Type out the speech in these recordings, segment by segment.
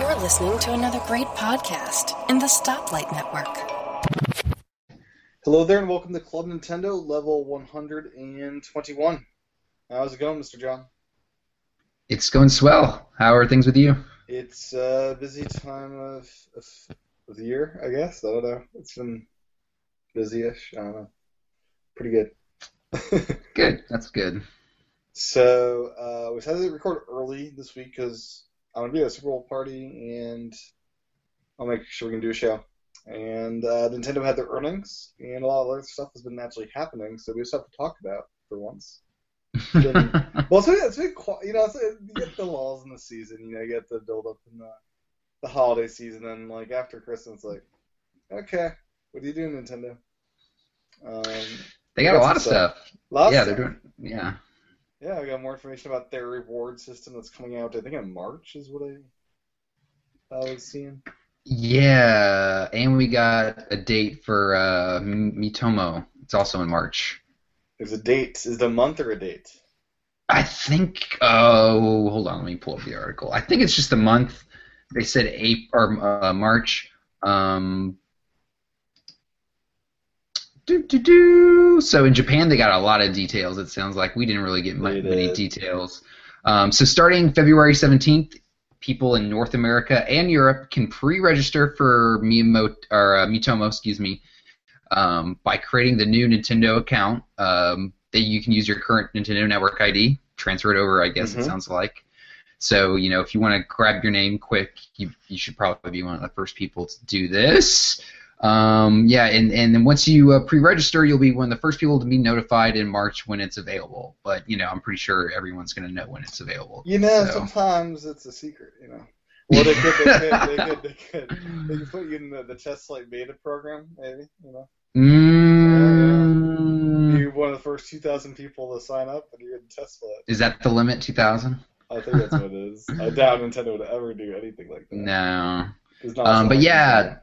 You're listening to another great podcast in the Stoplight Network. Hello there, and welcome to Club Nintendo Level 121. How's it going, Mr. John? It's going swell. How are things with you? It's a busy time of, of, of the year, I guess. I don't know. It's been busy-ish. I don't know. Pretty good. Good. That's good. so uh, we decided to record early this week because I'm gonna be at a Super Bowl party, and I'll make sure we can do a show. And uh, Nintendo had their earnings, and a lot of other stuff has been naturally happening, so we just have to talk about for once. Been- Well, it's been, it's been qui- you know, it's, you get the lulls in the season, you know, you get the build up in the, the holiday season, and like after Christmas, like, okay, what are you doing, Nintendo? Um, they got a lot of stuff. lots yeah, of- they're doing. Yeah, Yeah, I got more information about their reward system that's coming out. I think in March is what I, I was seeing. yeah, and we got a date for uh, M- Mitomo. It's also in March. There's a date. Is it a month or a date? I think. Oh, hold on. Let me pull up the article. I think it's just a month. They said April or uh, March. Um, do, do, do. So in Japan, they got a lot of details. It sounds like we didn't really get mu- They many did. details. Um, so starting February 17th, people in North America and Europe can pre-register for Miyamoto, or uh, Mitomo, excuse me, um, by creating the new Nintendo account. Um, that you can use your current Nintendo Network ID, transfer it over. I guess Mhm. it sounds like. So you know, if you want to grab your name quick, you, you should probably be one of the first people to do this. Um, yeah, and, and then once you uh, pre-register, you'll be one of the first people to be notified in March when it's available. But you know, I'm pretty sure everyone's going to know when it's available. You know, So- sometimes it's a secret. You know. Well, they could, they could, they could, they could. They could put you in the, the test light beta program, maybe. You know, Mm, Uh, you're one of the first 2,000 people to sign up, and you're in the test flight. is that the limit? Two thousand? I think that's what it is. I doubt Nintendo would ever do anything like that. No. It's not Um, but something yeah,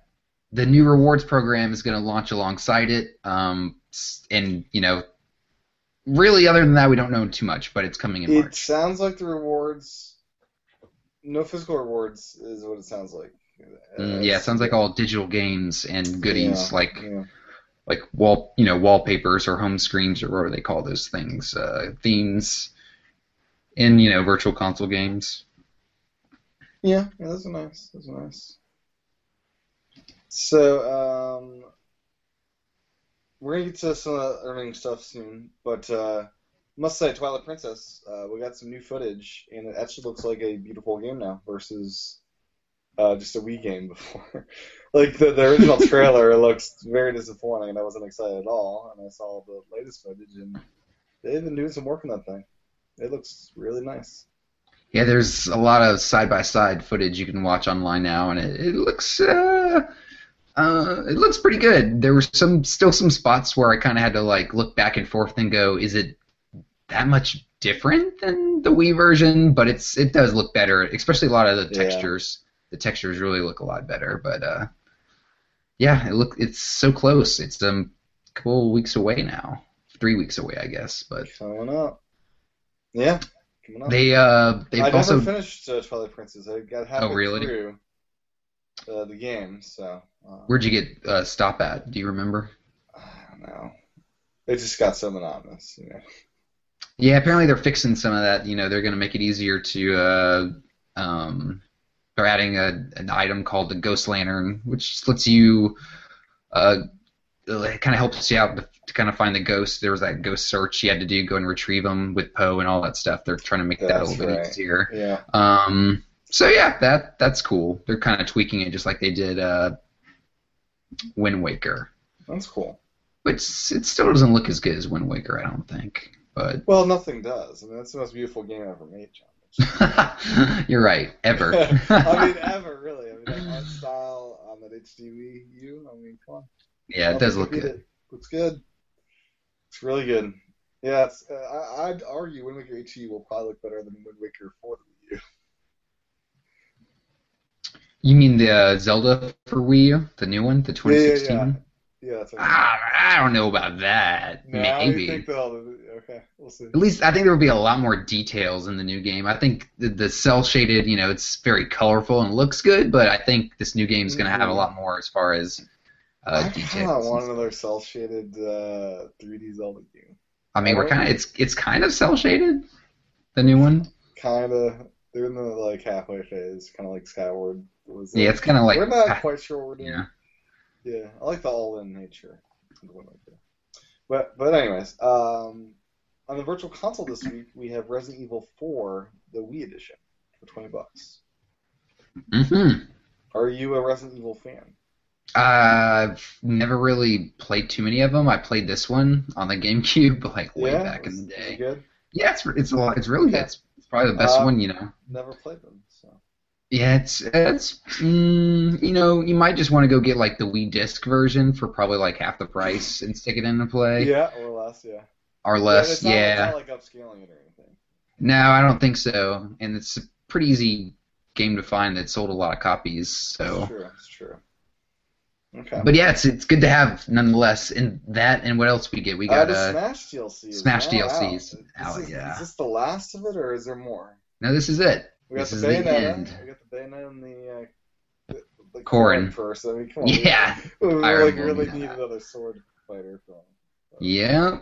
the new rewards program is going to launch alongside it. Um, s- and you know, really, other than that, we don't know too much. But it's coming in It March. sounds like the rewards, no physical rewards, is what it sounds like. Mm, yeah, it sounds like all digital games and goodies Yeah, like yeah. like wall you know wallpapers or home screens or whatever they call those things uh, themes in you know virtual console games. Yeah, yeah, those are nice. Those are nice. So, um, we're gonna get to some of the earning stuff soon, but uh, must say, Twilight Princess, uh, we got some new footage, and it actually looks like a beautiful game now versus uh, just a Wii game before. like the, the original trailer looks very disappointing, and I wasn't excited at all. And I saw the latest footage, and they've been doing some work on that thing. It looks really nice. Yeah, there's a lot of side by side footage you can watch online now, and it, it looks uh, uh, it looks pretty good. There were some still some spots where I kind of had to like look back and forth and go, is it that much different than the Wii version? But it's it does look better, especially a lot of the Yeah. textures. The textures really look a lot better, but uh, yeah, it look it's so close. It's um a couple weeks away now, three weeks away, I guess. But Coming up. Yeah. Coming up. they uh they've I never also Oh, finished uh, Twilight Princess. I got halfway really? through uh, the game, so uh, where'd you get uh, stop at? Do you remember? I don't know. It just got so monotonous, you know. Yeah, apparently they're fixing some of that. You know, they're going to make it easier to. Uh, um, they're adding a, an item called the Ghost Lantern, which lets you. Uh, it kind of helps you out to, to kind of find the ghost. There was that ghost search you had to do, go and retrieve them with Poe and all that stuff. They're trying to make that a That's little bit right. easier. Yeah. Um, so yeah, that that's cool. They're kind of tweaking it just like they did uh, Wind Waker, That's cool. but it's, it still doesn't look as good as Wind Waker, I don't think. But Well, nothing does. I mean, that's the most beautiful game ever made, John. You're right. Ever. I mean, ever, really. I mean, that art style on that HDU, I mean, come on. yeah, it does look Beat good. It. Looks good. It's really good. Yeah, it's, uh, I, I'd argue Wind Waker HE will probably look better than Wind Waker 4 than you. You mean the uh, Zelda for Wii U, the new one, the Yeah, yeah, yeah. 2016? Yeah, that's what I'm Ah, I don't know about that. Now you Ah, Maybe. think they'll- Okay, we'll see. At least I think there will be a lot more details in the new game. I think the, the cell shaded, you know, it's very colorful and looks good, but I think this new game's going to have a lot more as far as uh, Mm-hmm. I kind details. of and want stuff. another cell shaded uh, 3D Zelda game. I mean, we're kind of it's it's kind of cell shaded, the new one. Kind of, they're in the like halfway phase, kind of like Skyward. Was Yeah, it's kind of like we're not quite sure what we're doing. yeah. Yeah, I like the all-in nature. of the one like that. But but anyways, um, on the virtual console this week we have Resident Evil 4, the Wii edition, for twenty bucks. hmm Are you a Resident Evil fan? I've never really played too many of them. I played this one on the GameCube, like way yeah, back in is- the is day. it Good. Yeah, it's it's a lot. It's really good. It's, it's probably the best Uh, one, you know. Never played them, so Yeah, it's it's mm, you know you might just want to go get like the Wii disc version for probably like half the price and stick it in and play yeah, or less, yeah. or yeah, less. it's Yeah, not, It's not like upscaling it or anything. no, I don't think so. And it's a pretty easy game to find that sold a lot of copies. So, It's true. It's true. Okay. but yeah, it's it's good to have nonetheless. And that and what else we get? We uh, got the uh, Smash DLC. is Smash now DLC out. is This out, is- yeah. Is this the last of it, or is there more? no, this is it. We got This is the the Bayonetta. end. we got the Bayonetta and the uh, the, the Corrin. Corrin first. I mean, come on. we- Yeah, We, we, Iron like, Man, really yeah. need another sword fighter film. yeah,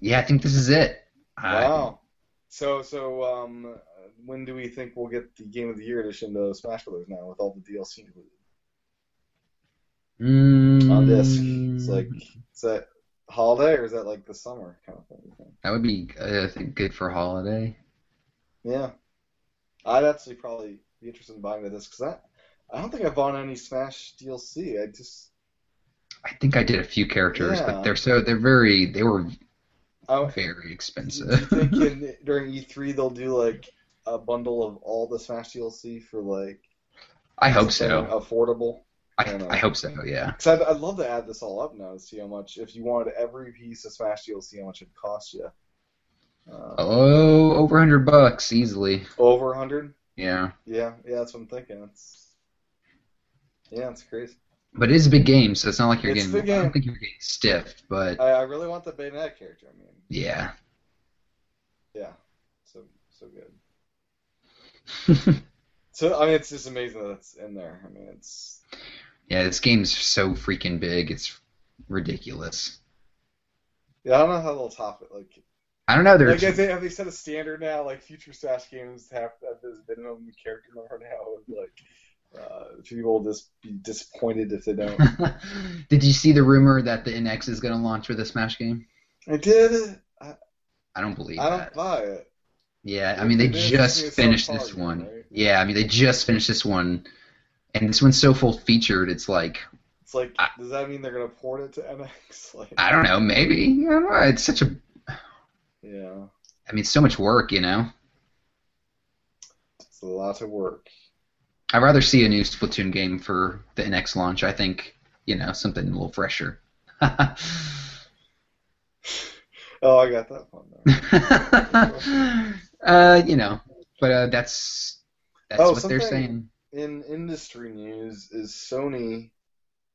yeah. I think this is it. I- Wow. So so um, when do we think we'll get the Game of the Year edition to Smash Brothers now with all the DLC included mm, on disc? It's like is that holiday or is that like the summer kind of thing? you think? that would be uh, I think good for holiday. Yeah. I'd actually probably be interested in buying the disc because I I don't think I've bought any Smash DLC. I just I think I did a few characters, Yeah. but they're so they're very they were I, very Do you expensive. think in, during E3 they'll do like a bundle of all the Smash DLC for like I hope something so. affordable? I, don't know. I hope so. Yeah. Because I'd, I'd love to add this all up now to see how much if you wanted every piece of Smash DLC, how much it cost you. Uh, Oh, over a hundred bucks easily. Over 100? Yeah, Yeah, yeah, that's what I'm thinking. It's yeah, it's crazy. but it is a big game, so it's not like you're It's getting. the I game. Uh, don't think you're getting stiffed, but I, I really want the Bayonetta character. I mean, yeah. yeah, so so good. So I mean, it's just amazing that it's in there. I mean, it's Yeah, this game's so freaking big. It's ridiculous. yeah, I don't know how they'll top it. Like I don't know. Like, There's have they, have they set a standard now? Like, future Smash games have, have this minimum character number now. Like, uh, people will just be disappointed if they don't. Did you see the rumor that the NX is going to launch with a Smash game? I did. it. I, I don't believe I don't that. buy it. Yeah, I Like, mean they it is- just it's so finished far, this one. right? Yeah, I mean they just finished this one, and this one's so full featured. It's like It's like, I- does that mean they're gonna port it to MX? Like, I don't know, maybe I don't know. It's such a, yeah, I mean, so much work, you know. it's a lot of work. I'd rather see a new Splatoon game for the NX launch. I think you know something a little fresher. Oh, I got that one. There. uh, you know, but uh, that's that's Oh, what they're something- saying. In industry news, is Sony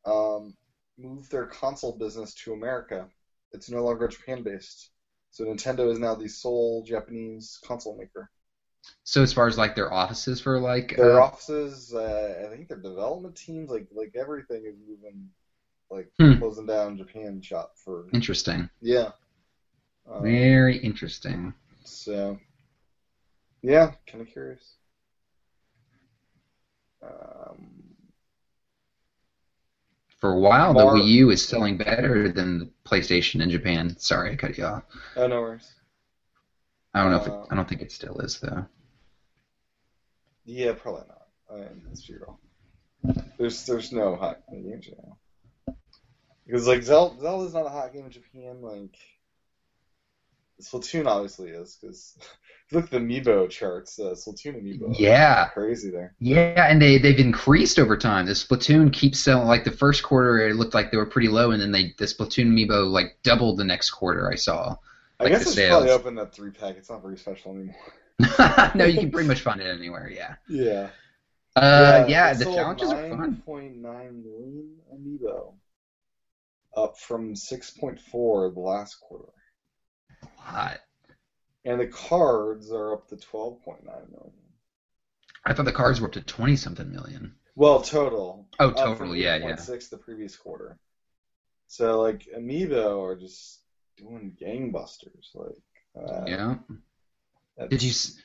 um, moved their console business to America. It's no longer Japan based. So Nintendo is now the sole Japanese console maker. So as far as like their offices for like Their uh, offices, uh, I think their development teams, like like everything is moving, like Hmm. closing down Japan shop for interesting, yeah. Um, very interesting. So yeah, kind of curious. Um, For a while, Mar- the Wii U is selling better than the PlayStation in Japan. Sorry, I cut you off. oh no worries. I don't know if Uh, it, I don't think it still is though. Yeah, probably not. I mean, let's be real. There's there's no hot games right now. Because like Zelda, Zelda's not a hot game in Japan. Like Splatoon obviously is. Because look at the Amiibo charts. Uh, Splatoon Amiibo. Yeah, Crazy there. yeah, and they they've increased over time. The Splatoon keeps selling. Like the first quarter, it looked like they were pretty low, and then they the Splatoon amiibo like doubled the next quarter. I saw. I Like guess the it's probably sales. open that three pack. It's not very special anymore. no, you can pretty much find it anywhere. Yeah. Yeah. Uh, yeah, the challenges are fun. Point nine million Amiibo. Up from six point four the last quarter. hot. and the cards are up to 12.9 million. I thought the cards were up to twenty something million. Well, total. Oh, up from total. Yeah, yeah. 8.6 the previous quarter. So like Amiibo are just doing gangbusters. Like uh, Yeah. that's- Did you s-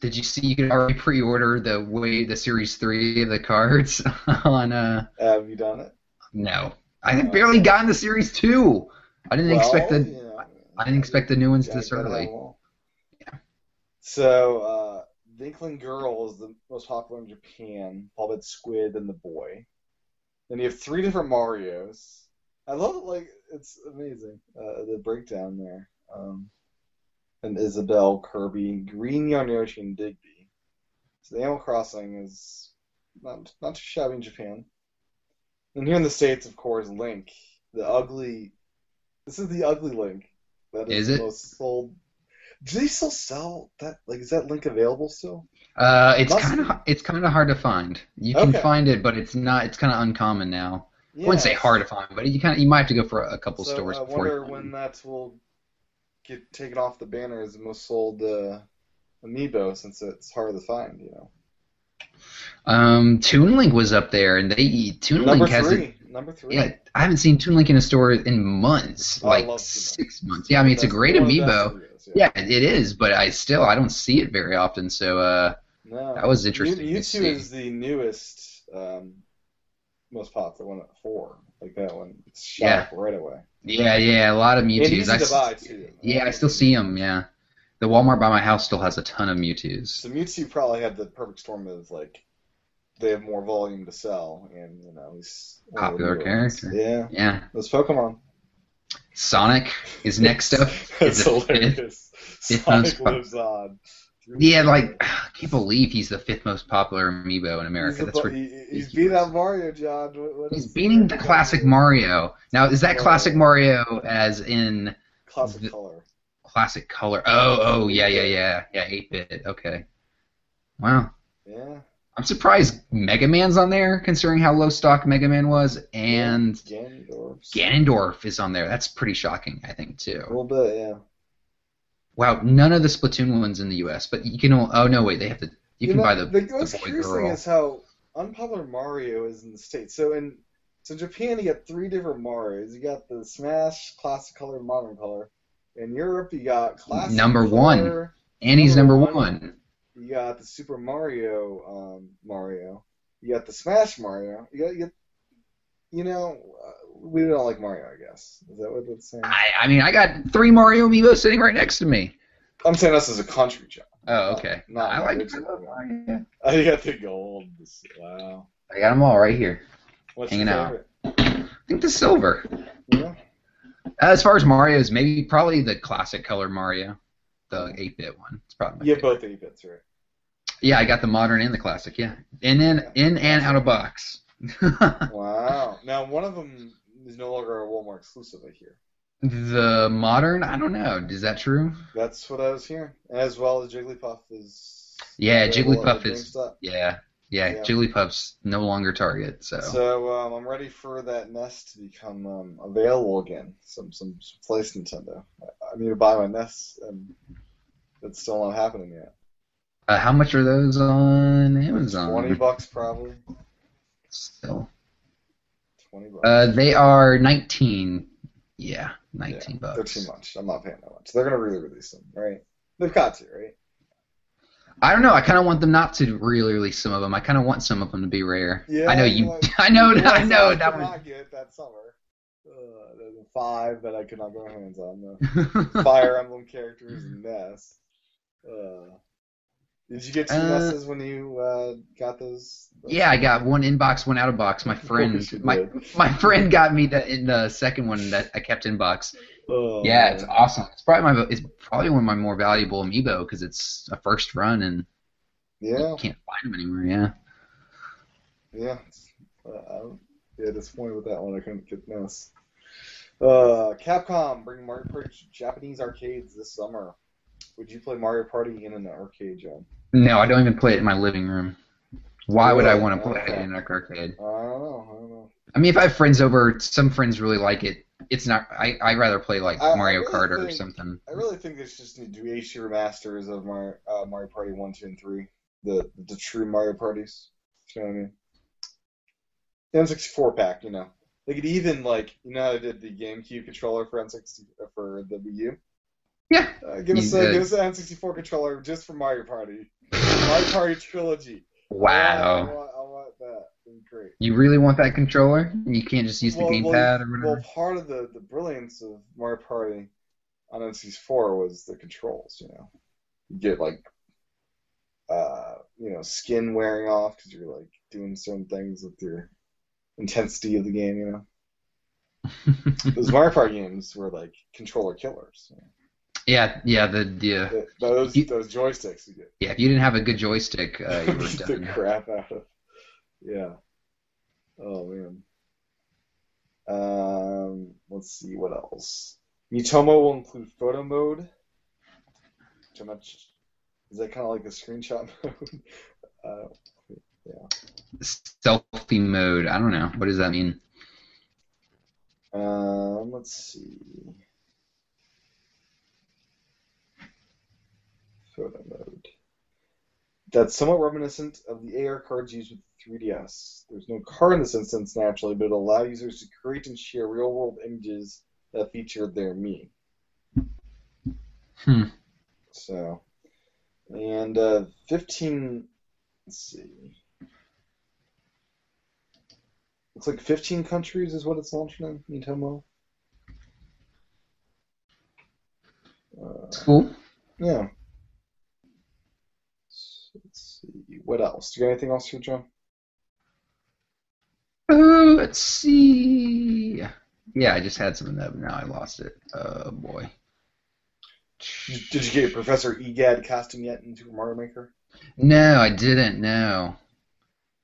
did you see you could already pre-order the way the series three of the cards on uh have you done it? no I had barely gotten the series two I didn't expect Well, the you know, I didn't expect the new ones Yeah, this you gotta have early them all. So uh, Dinkling Girl is the most popular in Japan, followed by Squid and the Boy. Then you have three different Mario's. I love it, like it's amazing uh, the breakdown there. Um, and Isabelle, Kirby, Green Yonyoshi, and Digby. So the Animal Crossing is not not too shabby in Japan. And here in the states, of course, Link, the ugly. This is the ugly Link. That is, Is the it? most sold. Do they still sell that? Like, is that Link available still? uh it's Must kind be. of it's kind of hard to find you can Okay. find it but it's not it's kind of uncommon now I wouldn't say Yes. hard to find but you kind of you might have to go for a, a couple so stores I before you wonder find when it. that will get taken off the banner as the most sold uh, amiibo, since it's hard to find. You know, um Toon Link was up there and they Toon number Link has a, three, number three. yeah I haven't seen Toon Link in a store in months Oh, I love like Toon Link. six months yeah I mean it's a That's great one of the amiibo. best amiibos, Yeah, it it is, but I still I don't see it very often. So uh, No. That was interesting You, to YouTube see. is the newest, um, most popular one at four. Like that one, it's shot Yeah. up right away. yeah, yeah, a lot of And Mewtwo's. easy I to s- buy too. yeah, I still see them. Yeah, the Walmart by my house still has a ton of Mewtwo's. So Mewtwo probably had the perfect storm of like they have more volume to sell, and you know he's one of the newer Popular ones. character. Yeah, Yeah, those Pokemon. Sonic is next up. That's Is it- hilarious. fifth Sonic most pop- lives on. Yeah, like I can't believe he's the fifth most popular amiibo in America. He's, a That's bu- rid- he, he's beating out Mario, John. What, what he's is- beating the classic Mario. Now, is that Wow. classic Mario as in Classic the- color. classic color? Oh, oh, yeah, yeah, yeah, yeah, eight bit. Okay, wow. Yeah. I'm surprised Mega Man's on there, considering how low stock Mega Man was, and Ganondorf's. Ganondorf is on there. That's pretty shocking, I think, A too. little bit, yeah. Wow, none of the Splatoon ones in the U.S., but you can. o- Oh no, wait, they have to. You, can know, buy the. The, the most boy curious girl. thing is how unpopular Mario is in the states. So in so Japan, you got three different Mario's. You got the Smash Classic Color, and Modern Color. In Europe, you got Classic Number one. color, Annie's number number one. You got the Super Mario um, Mario. You got the Smash Mario. You got you. Got, you know, uh, we don't like Mario. I guess is that what it's saying? I, I mean, I got three Mario amiibo sitting right next to me. I'm saying this is a country job. Oh, okay. No, I no, like. it's- I love Mario. I got the gold. Wow. I got them all right here. What's Hanging your out. favorite? I think the silver. Yeah. As far as Mario's, maybe probably the classic color Mario, the eight bit one. It's probably. my You have favorite. both 8 bits, right? Yeah, I got the modern and the classic. Yeah, and then in and out of box. Wow. Now one of them is no longer a Walmart exclusive. I hear. the modern, I don't know. Is that true? That's what I was hearing. As well as Jigglypuff is. Yeah, available at Jigglypuff is- GameStop. Yeah, yeah. Yeah. Jigglypuff's no longer Target, so, So um, I'm ready for that Nest to become um, available again. Some some some place Nintendo. I, I need to buy my Nest, and it's still not happening yet. uh, how much are those on Amazon? Twenty bucks probably. Still, Twenty bucks. uh, they are nineteen. Yeah, nineteen Yeah, bucks. They're too much. I'm not paying that much. They're gonna re-release them, right? They've got to, right? I don't know. I kind of want them not to re-release some of them. I kind of want some of them to be rare. Yeah, I know you. like- I know. I Yes, know could that one. not get that summer. Uh, there's a five that I could not get my hands on. The Fire Emblem characters and Ness. Uh, did you get two Uh, Nesses when you uh, got those? Yeah, I got one inbox, one out of box. My friend, course you my did. my friend got me the in the second one that I kept inbox. Uh, Yeah, it's awesome. It's probably my it's probably one of my more valuable amiibo because it's a first run and yeah, you can't find them anywhere. Yeah, yeah. Uh, I'm yeah, disappointed with that one. I couldn't get Ness. Uh, Capcom bring Mario Party to Japanese arcades this summer. Would you play Mario Party in an arcade, John? no, I don't even play it in my living room. Why would I want to play it Okay. in an arcade? I don't know. I don't know. I mean, if I have friends over, some friends really like it. it's not. I I rather play like I- I Mario really Kart or think- something. I really think they just need to do HD remasters of Mario, uh, Mario Party 1, 2, and 3. The the true Mario parties. You know what I mean? The N64 pack, you know. They could even, like, you know how they did the GameCube controller for N60, uh, for the Wii U? Yeah. Uh, give, us You a, did. give us an N64 controller just for Mario Party. Mario Party Trilogy. I Wow. want, I want that. It'd be great. You really want that controller? You can't just use the gamepad or whatever. Well, part of the, the brilliance of Mario Party on N64 was the controls. You know, you get like, uh, you know, skin wearing off because you're like doing certain things with your intensity of the game. You know, those Mario Party games were like controller killers. you know. yeah, yeah, the yeah, Th- Those You- those joysticks you get yeah. If you didn't have a good joystick, uh, you were the done. crap out of. Yeah. Oh man. Um, let's see what else. Mitomo will include photo mode. Too much. Is that kind of like a screenshot mode? uh, Selfie mode. I don't know. What does that mean? Um, let's see. Photo mode. That's somewhat reminiscent of the AR cards used with 3DS. There's no card in this instance, naturally, but it'll allow users to create and share real world images that feature their meme. Hmm. So, and uh, 15. Let's see. Looks like 15 countries is what it's launching in Nintendo. Uh, It's cool. yeah. S- Let's see. What else? Do you got anything else here, John? Oh, let's see. Yeah, I just had something that now I lost it. Oh boy. Did you get your Professor Egad costume yet in Super Mario Maker? No, I didn't. No.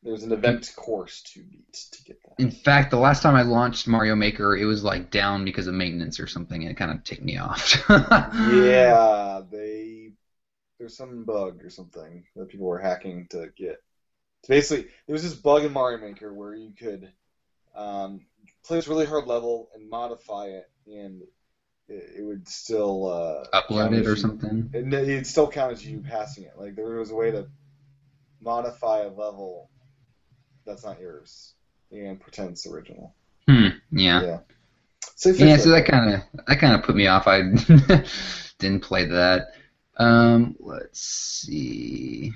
There's an event course to beat to get that. In fact, the last time I launched Mario Maker, it was like down because of maintenance or something, and it kind of ticked me off. Yeah, they there's some bug or something that people were hacking to get. It's basically, there was this bug in Mario Maker where you could um, play this really hard level and modify it, and it, it would still uh, count Uploaded as or you- something. And it- it'd still count as you passing it. Like there was a way to modify a level that's not yours and pretend it's original. Hmm. Yeah. So Yeah. So that kind of that kind of put me off. I didn't play that. Um. Let's see.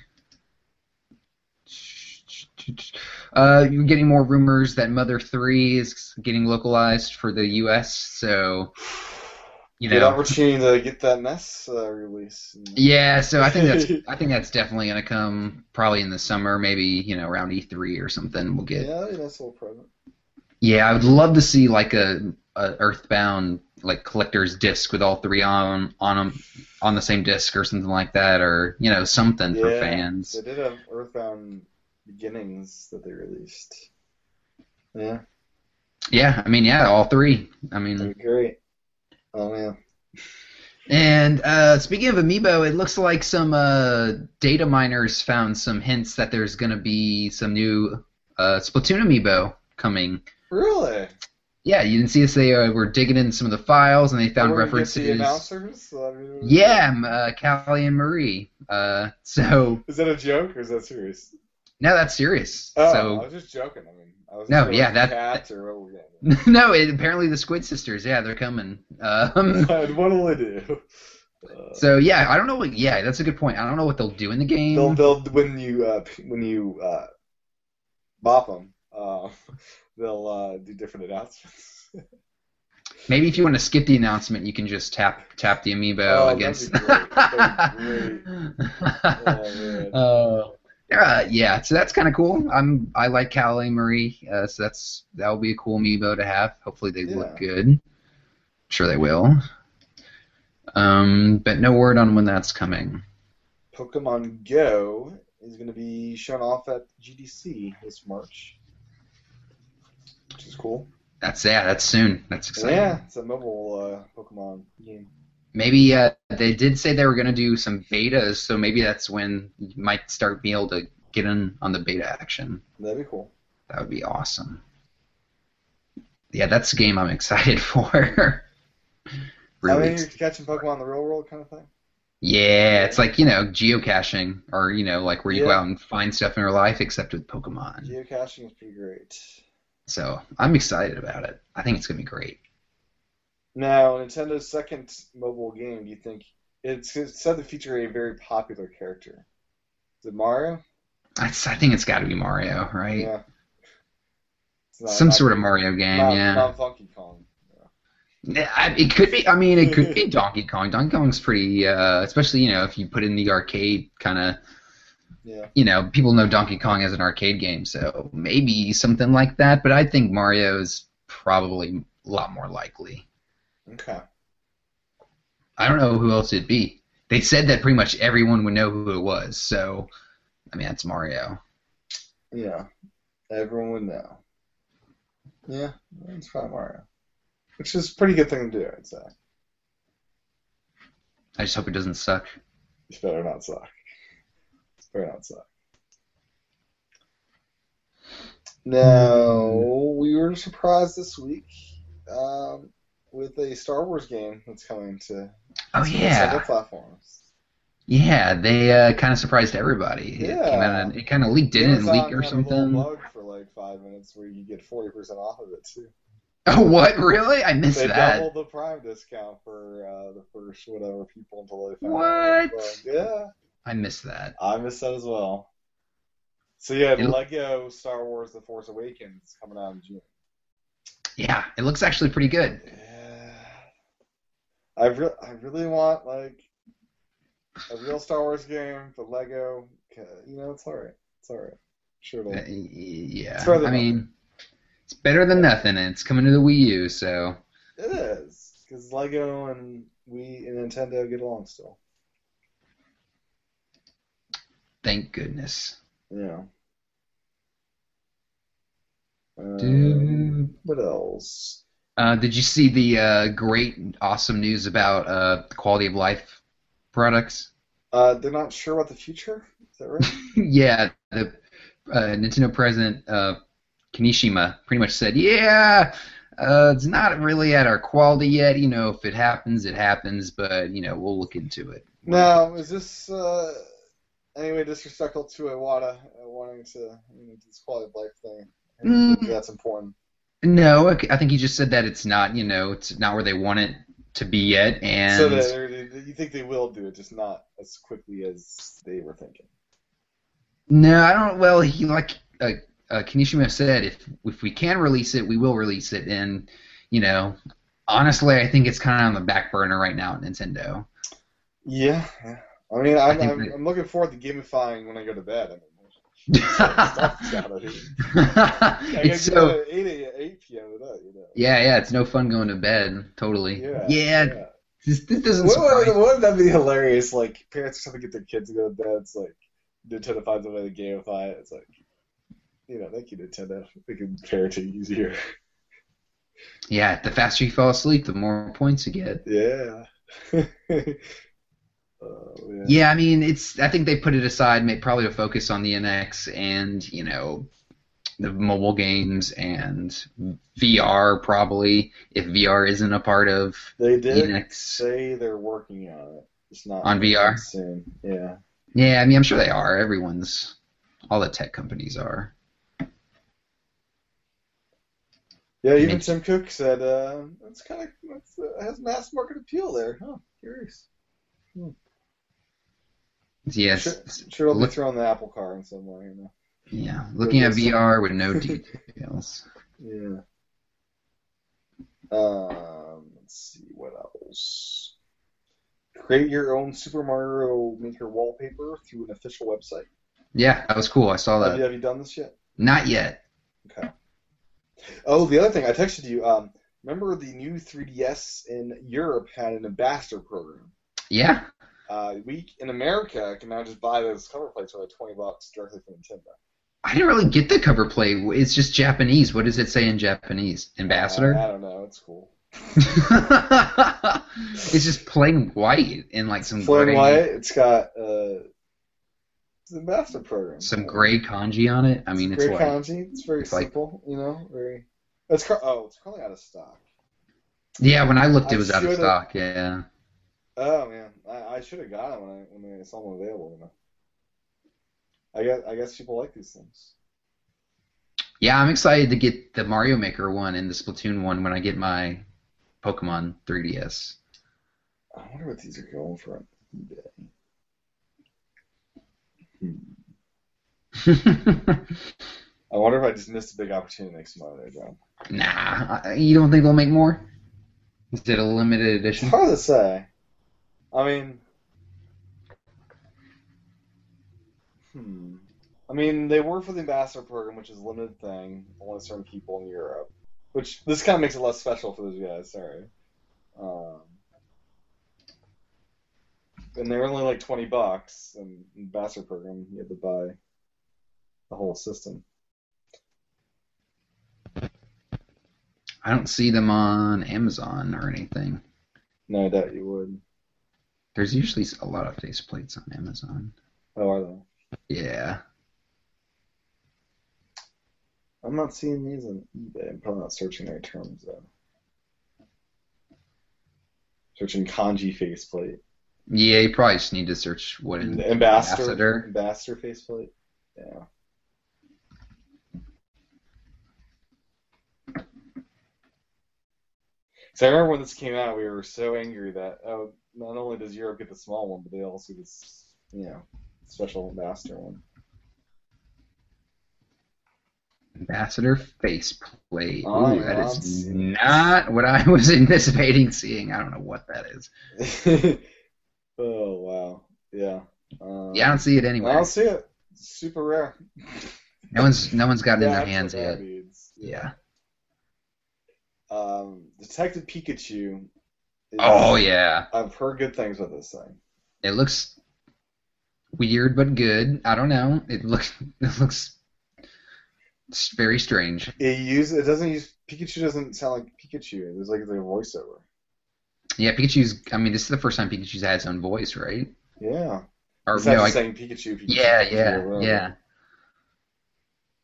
Uh, you're getting more rumors that Mother Three is getting localized for the U.S. So, you good know, opportunity to get that NES uh, release. And- Yeah, so I think that's I think that's definitely gonna come probably in the summer, maybe you know around E3 or something. We'll get. Yeah, Yeah, that's a little present. I would love to see like a, a Earthbound like collector's disc with all three on on 'em- on the same disc or something like that, or you know something for Yeah. fans. They did have Earthbound Beginnings that they released. Yeah, Yeah, I mean yeah, all three. I mean, that'd be great. Oh man, and uh, speaking of Amiibo, it looks like some uh, data miners found some hints that there's gonna be some new uh, Splatoon Amiibo coming. really? Yeah, you didn't see this. They uh, were digging in some of the files, and they found Where we get references. The announcers? I mean, yeah, m- uh, Callie and Marie. Uh, so Is that a joke or is that serious? no, that's serious. Oh, I so was just joking. I mean, I was No, sure, yeah, like, that- cat or what we're getting. no, it, apparently the Squid Sisters. Yeah, they're coming. Um, And what'll they do? Uh, so yeah, I don't know what. Yeah, that's a good point. I don't know what they'll do in the game. they'll, they'll when you uh, p- when you uh, bop them, uh, they'll uh, do different announcements. Maybe if you want to skip the announcement, you can just tap tap the amiibo Oh, that'd against. be great. That'd be Oh, man. Uh, yeah, yeah, so that's kind of cool. I'm I like Callie Marie, uh, so that's that will be a cool amiibo to have. Hopefully they look good. sure they will. Um, but no word on when that's coming. Pokemon Go is going to be shown off at GDC this March, which is cool. That's yeah, that's soon. That's exciting. Yeah, it's a mobile uh, Pokemon game. Maybe uh, they did say they were gonna do some betas, so maybe that's when you might start being able to get in on the beta action. That'd be cool. That would be awesome. yeah, that's a game I'm excited for. I really, mean, you're catching Pokemon in the real world kind of thing. yeah, it's like you know geocaching, or you know like where you go Yeah. out and find stuff in real life, except with Pokemon. Geocaching is pretty great. So I'm excited about it. I think it's gonna be great. Now, Nintendo's second mobile game, do you think it's, it's said to feature a very popular character? Is it Mario? I, I think it's got to be Mario, right? Yeah. It's not- Some not- sort of Mario game, not, yeah. Not Donkey Kong. Yeah, I- It could be. I mean, it could be Donkey Kong. Donkey Kong's pretty, uh, especially you know if you put in the arcade kind of. Yeah. You know, people know Donkey Kong as an arcade game, so maybe something like that. But I think Mario is probably a lot more likely. Okay. I don't know who else it'd be. They said that pretty much everyone would know who it was. So, I mean, that's Mario. Yeah. Everyone would know. Yeah, it's probably Mario. Which is a pretty good thing to do, I'd say. I just hope it doesn't suck. Oh, It's better not suck. It's better not suck. Now, we were surprised this week um, with a Star Wars game that's coming to Oh yeah. several platforms. Yeah, they uh, kind of surprised everybody. It Yeah. came out and- it kind of leaked in and Amazon leaked or had a little something. Blog for like five minutes where you get forty percent off of it too. Oh, what? Really? I missed they that. doubled the prime discount for uh, the first whatever people until they found What? It. was wrong. yeah, I missed that. I missed that as well. So yeah, It- Lego Star Wars: The Force Awakens is coming out in June. Yeah, it looks actually pretty good. Yeah, I re- I really want like a real Star Wars game, but Lego, uh, you know, it's alright. It's alright. Sure. it'll- Uh, Yeah, It's better I than mean, it's better than nothing, and it's coming to the Wii U, so It is because Lego and we and Nintendo get along still. thank goodness. Yeah. Um, Dude. what else? Uh, did you see the uh, great, awesome news about uh, the quality of life products? Uh, they're not sure about the future. Is that right? yeah, the uh, Nintendo president uh, Kanishima pretty much said, "Yeah, uh, it's not really at our quality yet. You know, if it happens, it happens, but you know, we'll look into it." now, is this uh, anyway disrespectful to Iwata uh, wanting to you know, do this quality of life thing? And Mm. That's important. No, I I think he just said that it's not, you know, it's not where they want it to be yet, and so that they're- they, you think they will do it, just not as quickly as they were thinking. no, I don't. Well, he like uh, uh, Kanishima said, if if we can release it, we will release it, and you know, honestly, I think it's kind of on the back burner right now at Nintendo. Yeah. yeah. I mean, I'm, think I'm, that- I'm looking forward to gamifying when I go to bed. I mean, stuff's out of here. I it's gotta go so to 8, 8, 8 p.m. tonight, you know. yeah, yeah. It's no fun going to bed. Totally. Yeah. Yeah. This, this doesn't surprise. Wouldn't, wouldn't that be hilarious? Like parents are trying to get their kids to go to bed. It's like Nintendo finds a way to gamify it. It's like, you know, thank you, Nintendo. Making parenting easier. Yeah. The faster you fall asleep, the more points you get. Yeah. oh, man. Yeah, I mean, it's. I think they put it aside, made probably a focus on the NX and you know, the mobile games and VR probably if VR isn't a part of They the did NX. say they're working on it. It's not On VR? soon. Yeah. Yeah, I mean, I'm sure they are. Everyone's, all the tech companies are. Yeah. Even Maybe. Tim Cook said uh, it's kind of it's, uh, has mass market appeal there. Huh. Curious. Yes. Sure, sure I'll be look- throwing the apple car in some way. You know. Yeah, looking at Yes. VR with no details. Yeah. Um, let's see what else. Create your own Super Mario Maker wallpaper through an official website. Yeah, that was cool. I saw Have you, that. have you done this yet? Not yet. Okay. Oh, the other thing I texted you. Um, remember the new 3DS in Europe had an ambassador program. Yeah. Uh, we in America can now just buy those cover plates for like twenty bucks directly from Nintendo. I didn't really get the cover play. It's just Japanese. What does it say in Japanese? Ambassador. Uh, I, I don't know. It's cool. it's just plain white and like some Plain gray, white. It's got uh, it's an ambassador program. some Yeah. gray kanji on it. I mean, it's great white. kanji. It's very it's like- simple, you know. Very It's car- oh, it's currently out of stock. Yeah, when I looked, it was I out of should've- stock. Yeah. Oh man, I, I should have got it when I when I saw one available. You know? I guess I guess people like these things. Yeah, I'm excited to get the Mario Maker one and the Splatoon one when I get my Pokemon 3DS. I wonder what these are going for on eBay. I wonder if I just missed a big opportunity to make some money there, John. nah, I- you don't think they'll make more? Is it a limited It's edition? hard to say. I mean, hmm. I mean, they were for the ambassador program, which is a limited thing, only certain people in Europe. Which this kind of makes it less special for those guys. Sorry. Um, and they were only like twenty bucks, and ambassador program you had to buy the whole system. I don't see them on Amazon or anything. No, I doubt you would. There's usually a lot of faceplates on Amazon. Oh, are they? Yeah. I'm not seeing these on eBay. I'm probably not searching their terms though. Searching kanji faceplate. Yeah, you probably just need to search what an Ambassador. ambassador. Ambassador faceplate. Yeah. So I remember when this came out, we were so angry that oh, not only does Europe get the small one, but they also get this, you know, special ambassador one. Ambassador faceplate. Oh, Ooh, that yeah, I'm is seeing this. not what I was anticipating seeing. I don't know what that is. oh wow, yeah. Um, Yeah, I don't see it I anywhere. don't see it. Super rare. No one's no one's got it in Yeah, their that's hands what yet. that means. Yeah. Um, Detective Pikachu. Is, Oh yeah. I've heard good things about this thing. It looks weird but good. I don't know. It looks it looks s- very strange. It use it doesn't use Pikachu doesn't sound like Pikachu. There's like a voiceover. Yeah, Pikachu's. I mean, this is the first time Pikachu's had his own voice, right? Yeah. Or it's not no, just I, saying Pikachu. Pikachu yeah, Pikachu, yeah, whatever. yeah.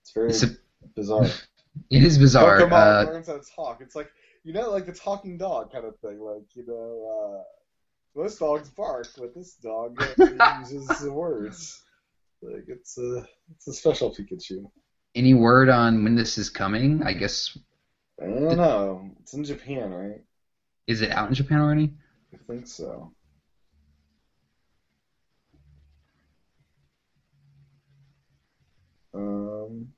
It's very It's a, bizarre. it is bizarre. Pokemon Uh, learns how to talk. It's like you know, like the talking dog kind of thing. Like you know, uh, most dogs bark, but this dog uh, uses the words. Like it's a it's a special Pikachu. any word on when this is coming? I guess I don't know. It's in Japan, right? is it out in Japan already? I think so. Um,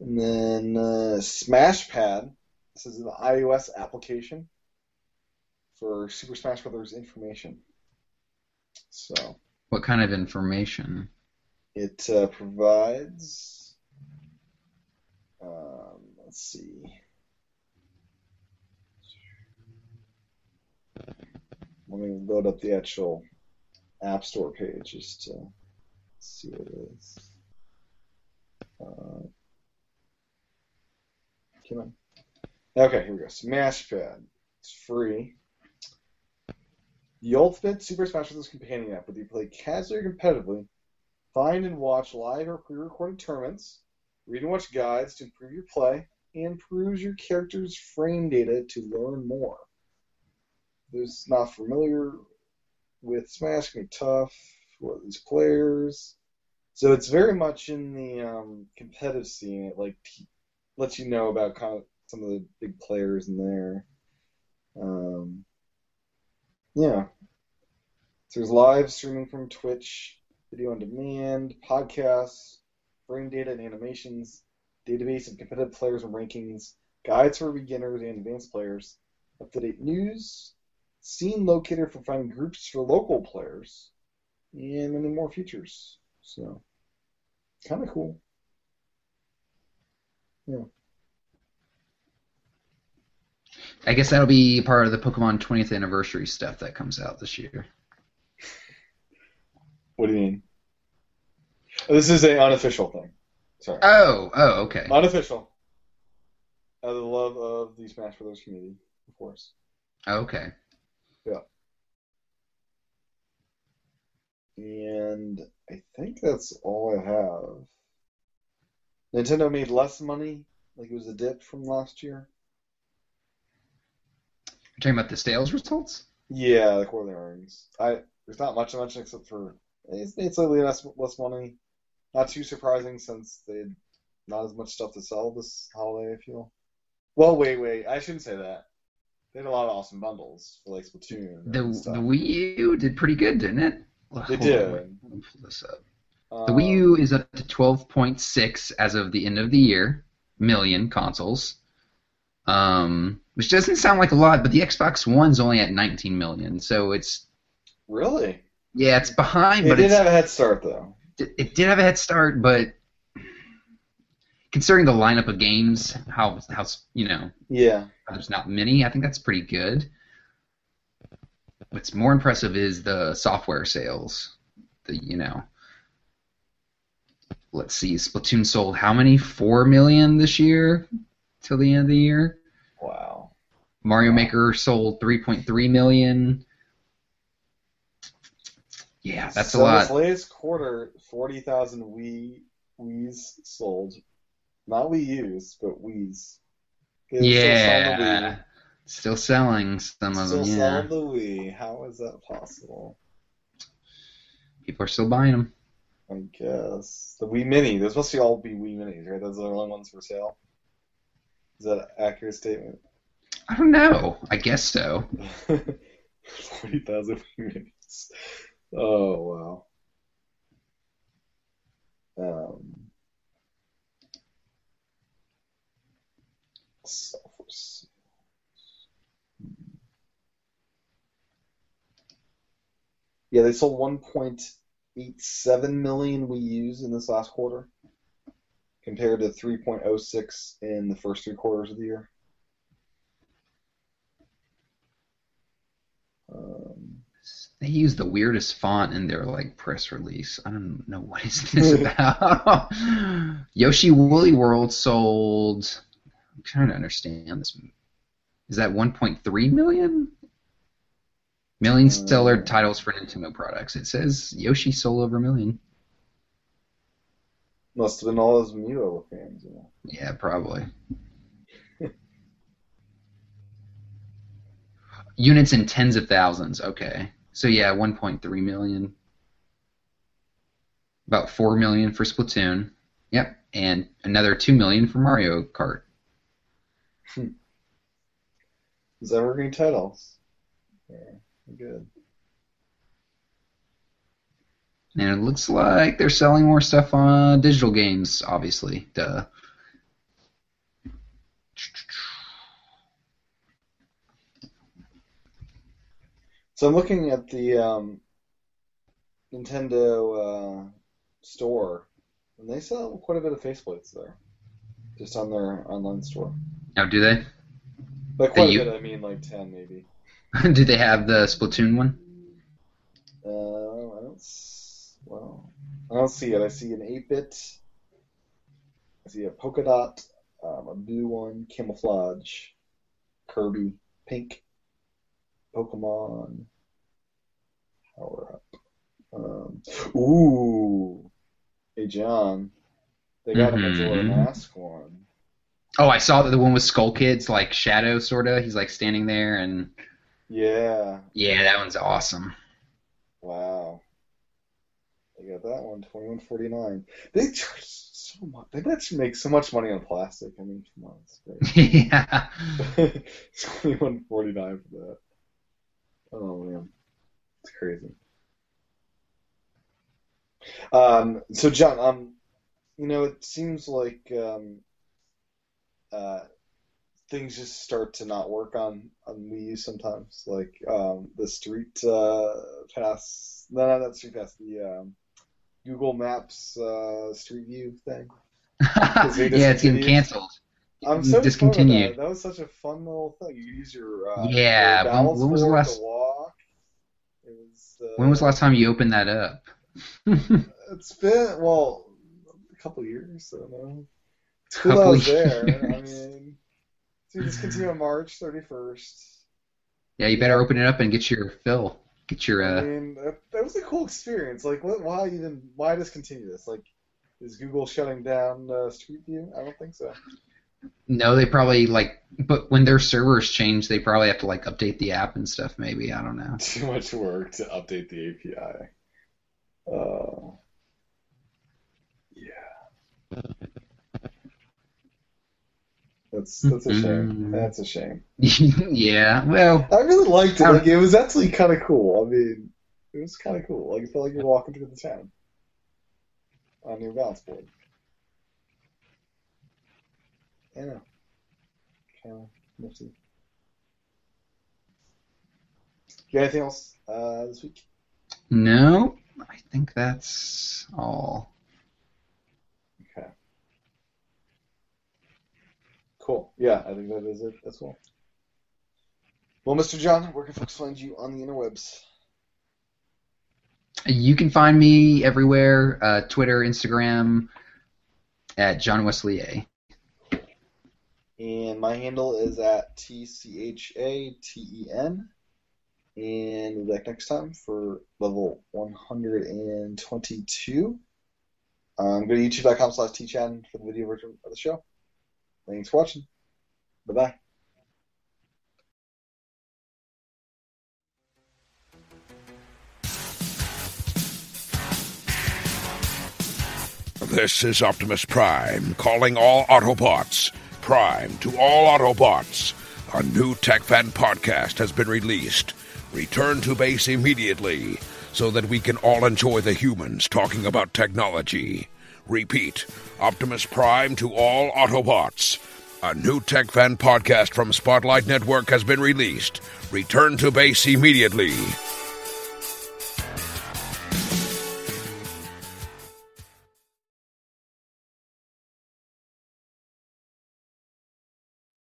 and then uh, Smash Pad. This is an iOS application for Super Smash Brothers information. So What kind of information? it uh, provides. Um, let's see. Let me load up the actual App Store page just to see what it is. Uh, come on. Okay, here we go. Smash Pad. It's free. The Ultimate Super Smash Bros. companion app, whether you play casually or competitively, Find and watch live or pre-recorded tournaments. Read and watch guides to improve your play, and peruse your character's frame data to learn more. Those not familiar with Smash can be tough. What are these players? So it's very much in the um, competitive scene. It like t- lets you know about kind of some of the big players in there. Um, yeah. So there's live streaming from Twitch video on demand, podcasts, frame data and animations, database of competitive players and rankings, guides for beginners and advanced players, up to date news, scene locator for finding groups for local players, and many more features. So, kind of cool. I guess that'll be part of the Pokemon 20th anniversary stuff that comes out this year. What do you mean? This is an unofficial thing. Sorry. Oh, oh, okay. Unofficial. Out of the love of the Smash Brothers community, of course. Okay. And I think that's all I have. Nintendo made less money Like it was a dip from last year. You're talking about the sales results? Yeah, the quarterly earnings. I there's not much to mention except for it's, it's slightly less less money. Not too surprising since they had not as much stuff to sell this holiday. I feel. Well, wait, wait. I shouldn't say that. They had a lot of awesome bundles for like Splatoon. and The, stuff. the Wii U did pretty good, didn't it? Hold on, did. wait, let me pull this up. The Um, Wii U is up to 12.6 as of the end of the year million consoles, um, which doesn't sound like a lot, but the Xbox One's only at 19 million, so it's Really? yeah, it's behind, They but did it's, have a head start though. it did have a head start, but considering the lineup of games, how how you know Yeah. there's not many. I think that's pretty good. What's more impressive is the software sales. The you know, let's see, Splatoon sold how many? Four million this year till the end of the year. Wow. Mario Wow. Maker sold 3.3 million. Yeah, that's so a lot. This latest quarter, forty thousand Wii Wii's sold, not Wii U's, but Wii's. They still sell the Wii. yeah, still selling some of Still them. sell Yeah, the Wii. How is that possible? people are still buying them. I guess the Wii Mini. Those must be all be Wii Minis, right? Those are the only ones for sale. Is that an accurate statement? I don't know. I guess so. Forty thousand Wii Minis. Oh wow. Um. so- Yeah, they sold 1.87 million Wii U's in this last quarter, compared to 3.06 in the first three quarters of the year. Um, They use the weirdest font in their like press release. I don't know what is this about. Yoshi Woolly World sold. I'm trying to understand this. Is that 1.3 million? Million seller titles for Nintendo products. It says Yoshi sold over a million. must have been all those Mew fans, you know. Yeah, probably. Units in tens of thousands. Okay. So yeah, 1.3 million. About 4 million for Splatoon. Yep, and another 2 million for Mario Kart. These evergreen titles. Yeah, good. And it looks like they're selling more stuff on uh, digital games, obviously. Duh. So I'm looking at the um, Nintendo uh, store, and they sell quite a bit of faceplates there, just on their online store. Now, do they? By quite you- a bit, I mean like ten maybe. do they have the Splatoon one? Uh, I don't. s- Well, I don't see it. I see an eight bit. I see a polka dot, um, a blue one, camouflage, Kirby, pink, Pokemon, power up. Um, ooh, hey John, they got Mhm. a Majora Mask one. Oh, I saw that the one with Skull Kids, like Shadow, sort of. He's like standing there and. Yeah, Yeah, that one's awesome. Wow. They got that one, twenty one forty nine. They charge so much. They actually make so much money on plastic. I mean, come on, it's yeah. great. twenty one forty nine for that. Oh man, it's crazy. Um, so John, um, you know, it seems like um, uh, things just start to not work on on Wii U sometimes. Like um, the street uh, pass, no, no, not street pass. The um, Google Maps uh, Street View thing. yeah, it's getting canceled. I'm so disappointed. discontinued. That. that was such a fun little thing. You could use your uh, your Yeah, when- balance when was the board last- to walk. It was. Uh, When was the last time you opened that up? It's been well, a couple years. I don't know. It's cool Couple I was there. I years. mean, dude, this continue on March thirty first. yeah, you better open it up and get your fill. Get your I uh, mean, that, that was a cool experience. Like, what, why even? Why discontinue this? Like, is Google shutting down uh, Street View? I don't think so. No, they probably like, but when their servers change, they probably have to like update the app and stuff. Maybe I don't know. Too much work to update the API. Uh, yeah. That's that's a shame. Mhm. That's a shame. yeah, well, I really liked it. How- Like it was actually kind of cool. I mean, it was kind of cool. Like it felt like you're walking through the town on your balance board. I know. Kind of nifty. You got anything else uh, this week? no, I think that's all. Okay. Cool. Yeah, I think that is it as well. Well, Mr. John, where can folks find you on the interwebs? You can find me everywhere: uh, Twitter, Instagram, at John Wesley A. And my handle is at T C H A T E N. And we'll be back next time for level 122. Um, go to youtube.com slash tchan for the video version of the show. Thanks for watching. Bye bye. This is Optimus Prime calling all Autobots. Prime to all Autobots. A new TechFan podcast has been released. Return to base immediately so that we can all enjoy the humans talking about technology. Repeat Optimus Prime to all Autobots. A new TechFan podcast from Spotlight Network has been released. Return to base immediately.